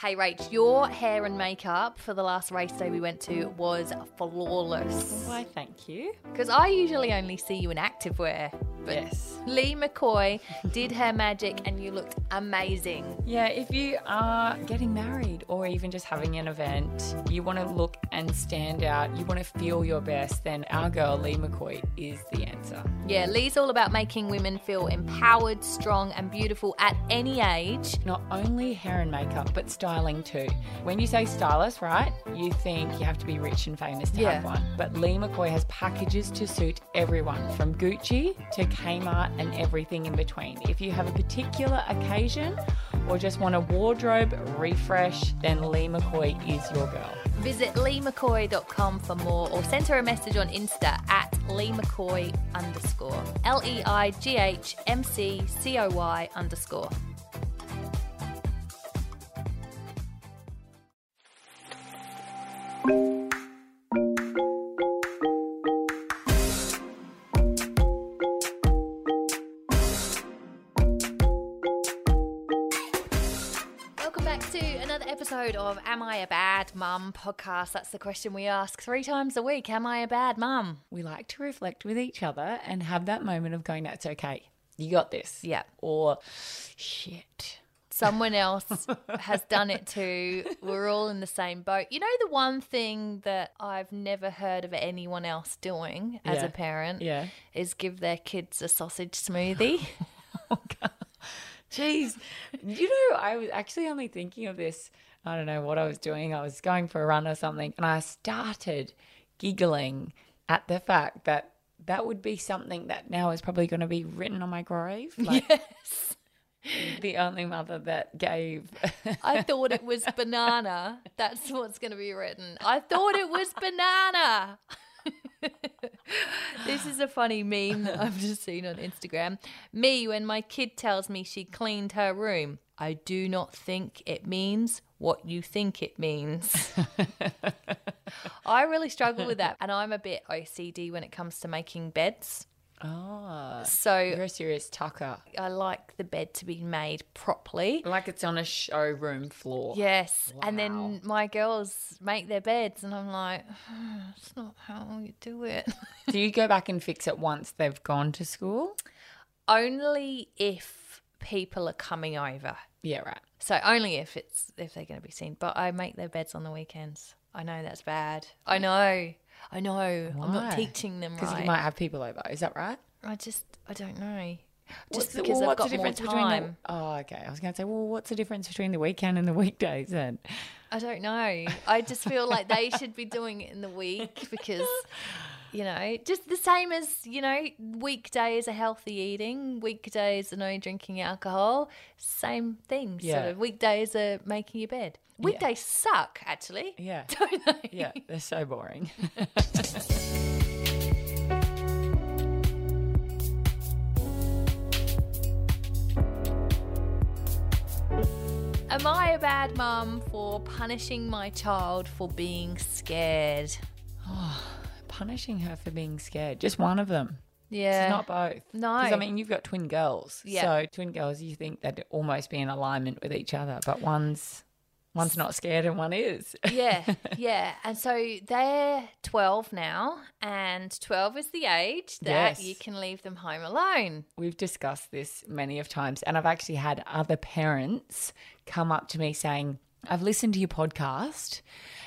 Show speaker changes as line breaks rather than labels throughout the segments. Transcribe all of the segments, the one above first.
Hey, Rach, your hair and makeup for the last race day we went to was flawless.
Why, thank you.
Because I usually only see you in activewear. But
Yes.
Lee McCoy did her magic and you looked amazing.
Yeah, if you are getting married or even just having an event, you want to look and stand out, you want to feel your best, then our girl Lee McCoy is the answer.
Yeah, Lee's all about making women feel empowered, strong, and beautiful at any age.
Not only hair and makeup, but styling too. When you say stylist, right, you think you have to be rich and famous to
Yeah.
have one. But Lee McCoy has packages to suit everyone, from Gucci to Kmart and everything in between. If you have a particular occasion or just want a wardrobe refresh, then Lee McCoy is your girl.
Visit leemccoy.com for more or send her a message on Insta at leemccoy underscore. L E I G H M C C O Y underscore. Welcome back to another episode of Am I a Bad Mum podcast. That's the question we ask three times a week. Am I a bad mum?
we like to reflect with each other and have that moment of going, that's okay. You got this.
Yeah.
Or shit.
someone else has done it too. We're all in the same boat. You know, the one thing that I've never heard of anyone else doing as
Yeah.
a parent
Yeah.
is give their kids a sausage smoothie.
Oh, Jeez. you know, I was actually only thinking of this. I don't know what I was doing. I was going for a run or something, and I started giggling at the fact that that would be something that now is probably going to be written on my grave. Like,
yes.
the only mother that gave.
I thought it was banana. That's what's going to be written. I thought it was banana. this is a funny meme that I've just seen on Instagram. Me when my kid tells me she cleaned her room. I do not think it means what you think it means. I really struggle with that. And I'm a bit OCD when it comes to making beds.
oh,
So
you're a serious tucker.
I like the bed to be made properly.
Like it's on a showroom floor.
Yes. And
Wow.
then my girls make their beds, and I'm like, it's not how you do it.
Do you go back and fix it once they've gone to school?
only if people are coming over.
Yeah, right.
So only if it's if they're going to be seen. But I make their beds on the weekends. I know that's bad. I know. I know. I'm
Why?
not teaching them
Because
right.
you might have people over. Is that right?
I just I don't know.
What's
Just
the-
because
well,
I've
what's
got
the
more
difference between the-
time.
oh, okay. I was going to say, well, what's the difference between the weekend and the weekdays then?
I don't know. I just feel like they should be doing it in the week because, you know, just the same as, you know, weekdays are healthy eating, weekdays are no drinking alcohol. Same thing,
Yeah.
sort of. Weekdays are making your bed. Weekdays suck, actually.
Yeah.
Don't they?
Yeah, they're so boring.
Am I a bad mum for punishing my child for being scared?
Punishing her for being scared. Just one of them.
Yeah.
It's not both.
No.
'Cause, I mean, you've got twin girls.
Yeah.
So twin girls, you think they'd almost be in alignment with each other, but one's one's not scared and one is.
yeah, yeah. And so they're 12 now, and 12 is the age that
Yes.
you can leave them home alone.
We've discussed this many of times, and I've actually had other parents come up to me saying, I've listened to your podcast.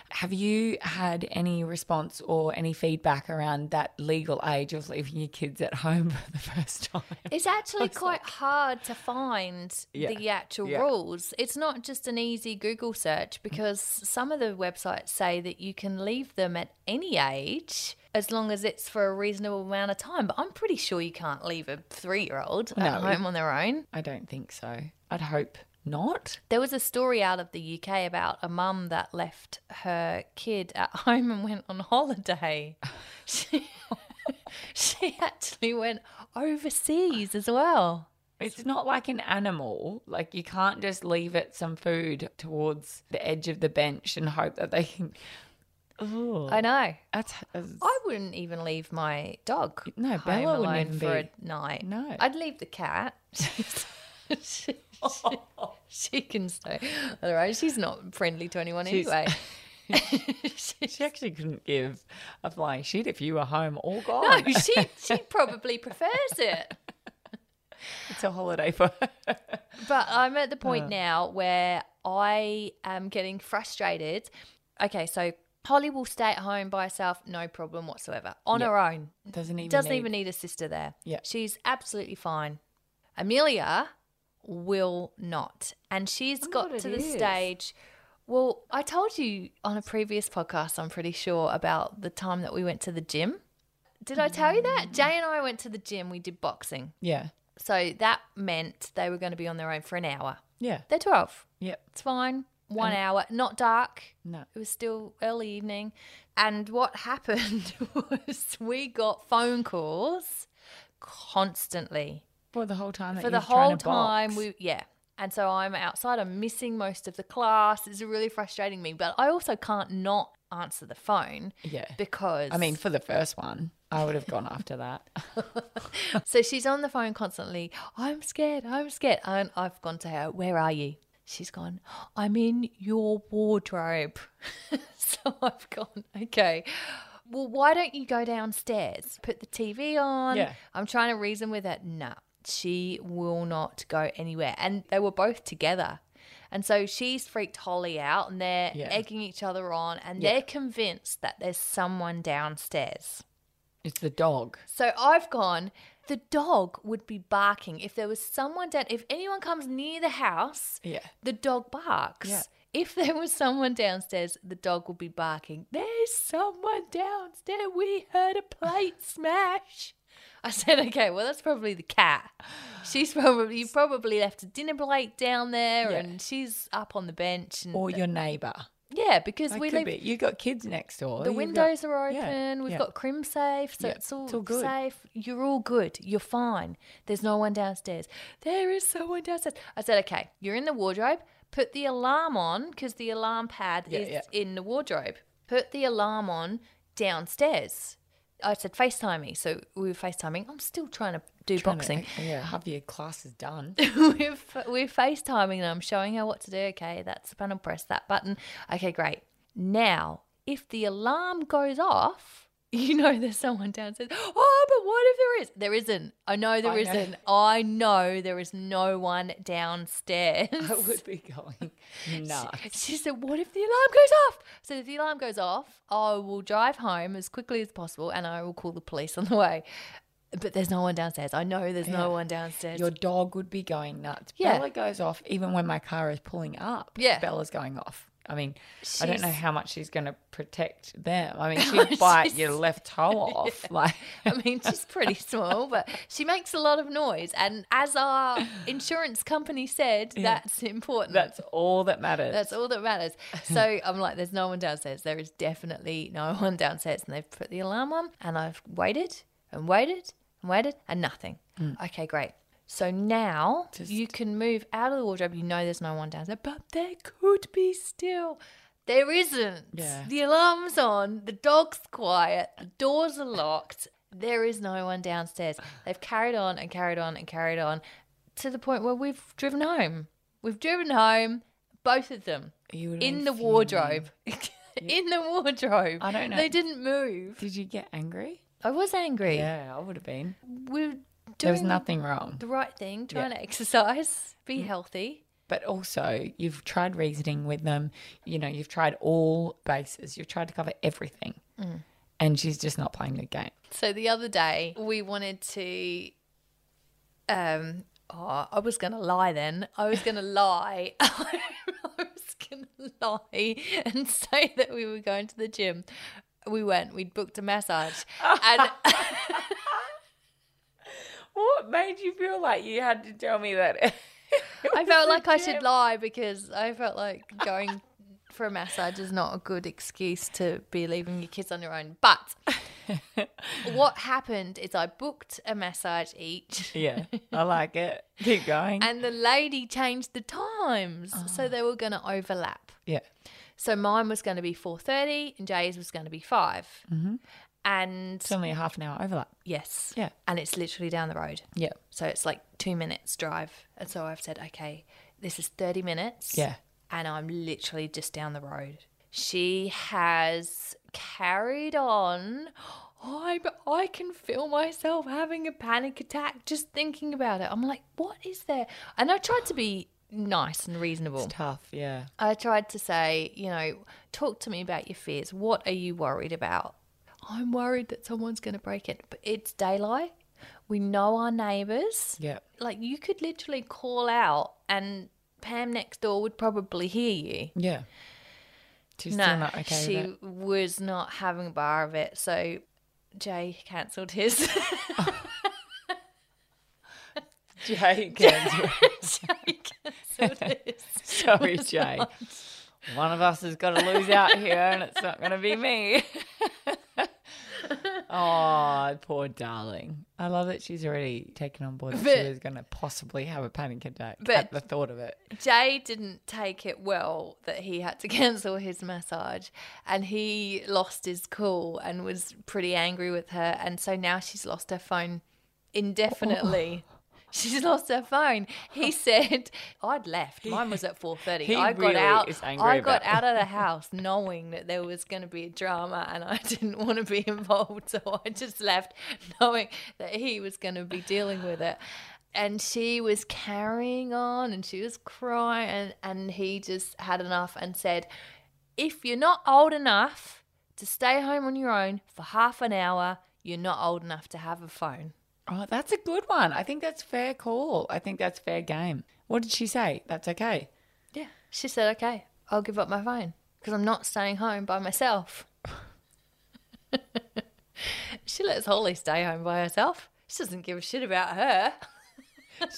Have you had any response or any feedback around that legal age of leaving your kids at home for the first time?
It's actually quite hard to find
Yeah,
the actual
yeah.
rules. It's not just an easy Google search because some of the websites say that you can leave them at any age as long as it's for a reasonable amount of time. But I'm pretty sure you can't leave a three year old at
No.
home on their own.
I don't think so. I'd hope not.
There was a story out of the UK about a mum that left her kid at home and went on holiday. She, she actually went overseas as well.
It's not like an animal. Like, you can't just leave it some food towards the edge of the bench and hope that they can. Oh,
I know.
that's.
I wouldn't even leave my dog
No,
home
Bella wouldn't
alone
even
for
be-
a night.
No.
I'd leave the cat. she can stay. Otherwise, she's not friendly to anyone
She's-
anyway.
She actually couldn't give a flying shit if you were home or gone.
No, she she probably prefers it.
It's a holiday for her.
But I'm at the
Uh.
point now where I am getting frustrated. Okay, so Holly will stay at home by herself, no problem whatsoever, on her own.
Doesn't even
Doesn't
need-
even need a sister there.
Yeah.
She's absolutely fine. Amelia will not. And she's
Wonder
got
what
to
it
the
is.
stage. Well, I told you on a previous podcast, I'm pretty sure, about the time that we went to the gym. Did I tell you that?
Mm.
Jay and I went to the gym. We did boxing.
Yeah.
So that meant they were going to be on their own for an hour.
Yeah.
They're 12.
Yep.
It's fine. One hour, not dark.
No.
It was still early evening. And what happened was we got phone calls constantly
For the whole time. That
for
you
the
were trying
whole
to box.
time. We, yeah. And so I'm outside, I'm missing most of the class. It's really frustrating me. But I also can't not answer the phone
Yeah.
because
I mean, for the first one, I would have gone after that.
So she's on the phone constantly. I'm scared. I'm scared. And I've gone to her. Where are you? She's gone. I'm in your wardrobe. so I've gone. Okay. Well, why don't you go downstairs? Put the TV on.
Yeah.
I'm trying to reason with her. Nah, she will not go anywhere. And they were both together. And so she's freaked Holly out and they're
Yeah.
egging each other on and
Yeah.
they're convinced that there's someone downstairs.
It's the dog.
So I've gone, the dog would be barking. If there was someone down, if anyone comes near the house,
Yeah.
the dog barks.
Yeah.
If there was someone downstairs, the dog would be barking. There's someone downstairs. We heard a plate smash. I said, okay, well, that's probably the cat. She's probably, you probably left a dinner plate down there
Yeah.
and she's up on the bench. And,
Or your neighbour.
yeah, because
That
we live
could be. You got kids next door.
the
You've
windows are
yeah,
open. We've
yeah.
got crim safe, so
Yeah,
it's all,
it's all good.
safe. You're all good. You're fine. There's no one downstairs. There is someone downstairs. I said, okay, you're in the wardrobe. Put the alarm on because the alarm pad
Yeah,
is
yeah.
in the wardrobe. Put the alarm on downstairs. I said FaceTime me, so we were FaceTiming. I'm still trying to do
Trying to-
boxing
yeah. Have your classes done.
we're, f- we're FaceTiming and I'm showing her what to do. Okay, that's the panel, press that button. Okay, great. Now, if the alarm goes off, you know there's someone downstairs. Oh, but what if there is? There isn't. I know there
I know.
not I know there is no one downstairs.
I would be going nuts.
She said, What if the alarm goes off? So if the alarm goes off, I will drive home as quickly as possible and I will call the police on the way. But there's no one downstairs. I know there's
Yeah.
no one downstairs.
Your dog would be going nuts.
Yeah.
Bella goes off even when my car is pulling up.
Yeah.
Bella's going off. I mean, I don't know
She's-
how much she's going to protect them. I mean, she'd bite your
She's-
left toe off. Like,
I mean, she's pretty small, but she makes a lot of noise. And as our insurance company said, that's important.
that's all that matters.
That's all that matters. So I'm like, there's no one downstairs. There is definitely no one downstairs. And they've put the alarm on, and I've waited and waited and waited, and nothing. Okay, great. So now you can move out of the wardrobe. You know there's no one downstairs, but there could be still. There isn't.
Yeah.
The alarm's on, the dog's quiet, the doors are locked. There is no one downstairs. They've carried on and carried on and carried on to the point where we've driven home. We've driven home, both of them,
You would have
in
been
the
fuming.
wardrobe. in the wardrobe.
I don't know.
They didn't move.
Did you get angry?
I was angry.
Yeah, I would have been.
We were
There was
doing
nothing wrong.
the right thing, trying to exercise, be
Mm.
healthy.
But also, you've tried reasoning with them. You know, you've tried all bases. You've tried to cover everything. And she's just not playing the game.
So the other day, we wanted to. Um, oh, I was gonna lie. Then I was gonna lie. I was gonna lie and say that we were going to the gym. We went. We'd booked a massage, and
What made you feel like you had to tell me that?
I felt like I should lie because I felt like going for a massage is not a good excuse to be leaving your kids on your own. But what happened is I booked a massage each.
yeah, I like it. Keep going.
And the lady changed the times, so they were going to overlap.
yeah.
So mine was going to be four thirty, and Jay's was going to be 5 And
It's only a half an hour overlap.
yes.
Mm-hmm. Yeah.
And it's literally down the road.
Yeah.
So it's like two minutes drive. And so I've said, okay, this is 30 minutes.
Yeah.
And I'm literally just down the road. She has carried on. I, I can feel myself having a panic attack just thinking about it. I'm like, what is there? And I tried to be nice and reasonable.
Tough. Yeah.
I tried to say, you know, talk to me about your fears. What are you worried about? I'm worried that someone's going to break it, but it's daylight. We know our neighbours.
Yeah.
Like you could literally call out, and Pam next door would probably hear you.
Yeah. She's
No,
still not okay
she
with it.
was not having a bar of it. So Jay cancelled his.
Jay cancelled.
Jay cancelled his.
Sorry, Jay. One of us has got to lose out here, and it's not going to be me. oh, poor darling. I love that she's already taken on board that
But-
she was going to possibly have a panic attack
But-
at the thought of it.
Jay didn't take it well that he had to cancel his massage and he lost his cool and was pretty angry with her. And so now she's lost her phone indefinitely. She's lost her phone. He said, "I'd left. Mine was at 4:30.
he
I got
really
out.
is angry
I got
about
out of the house knowing that there was going to be a drama, and I didn't want to be involved. So I just left, knowing that he was going to be dealing with it. And she was carrying on, and she was crying, and, and he just had enough and said, "If you're not old enough to stay home on your own for half an hour, you're not old enough to have a phone."
Oh, that's a good one. I think that's fair call. I think that's fair game. What did she say? That's okay.
Yeah. She said, okay, I'll give up my phone because I'm not staying home by myself. she lets Holly stay home by herself. She doesn't give a shit about her.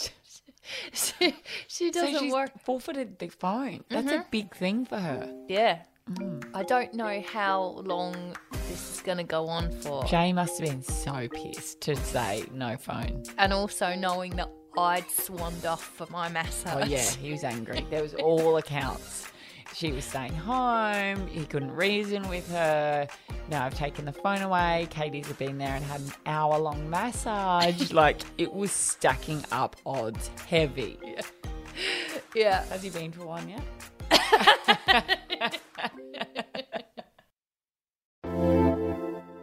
she, she
So
doesn't
she's
work. Mm-hmm.
forfeited the phone. That's a big thing for her.
Yeah.
Mm.
I don't know how long this is going to go on for.
Jay must have been so pissed to say no phone.
And also knowing that I'd swanned off for my massage.
Oh yeah, he was angry. There was all accounts. She was staying home. He couldn't reason with her. Now I've taken the phone away. Katie's had been there and had an hour-long massage. like it was stacking up odds, heavy.
Yeah.
Has he been for one yet?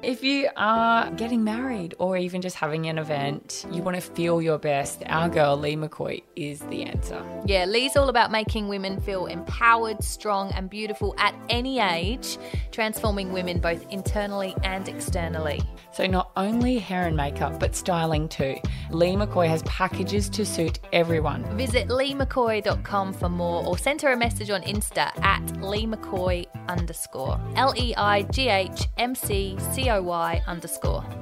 If you are getting married or even just having an event, you want to feel your best, our girl Lee McCoy is the answer.
Yeah, Lee's all about making women feel empowered, strong, and beautiful at any age, transforming women both internally and externally.
So not only hair and makeup, but styling too. Lee McCoy has packages to suit everyone.
Visit leemccoy.com for more or send her a message on Insta at leemccoy underscore. L E I G H M C C O Y underscore.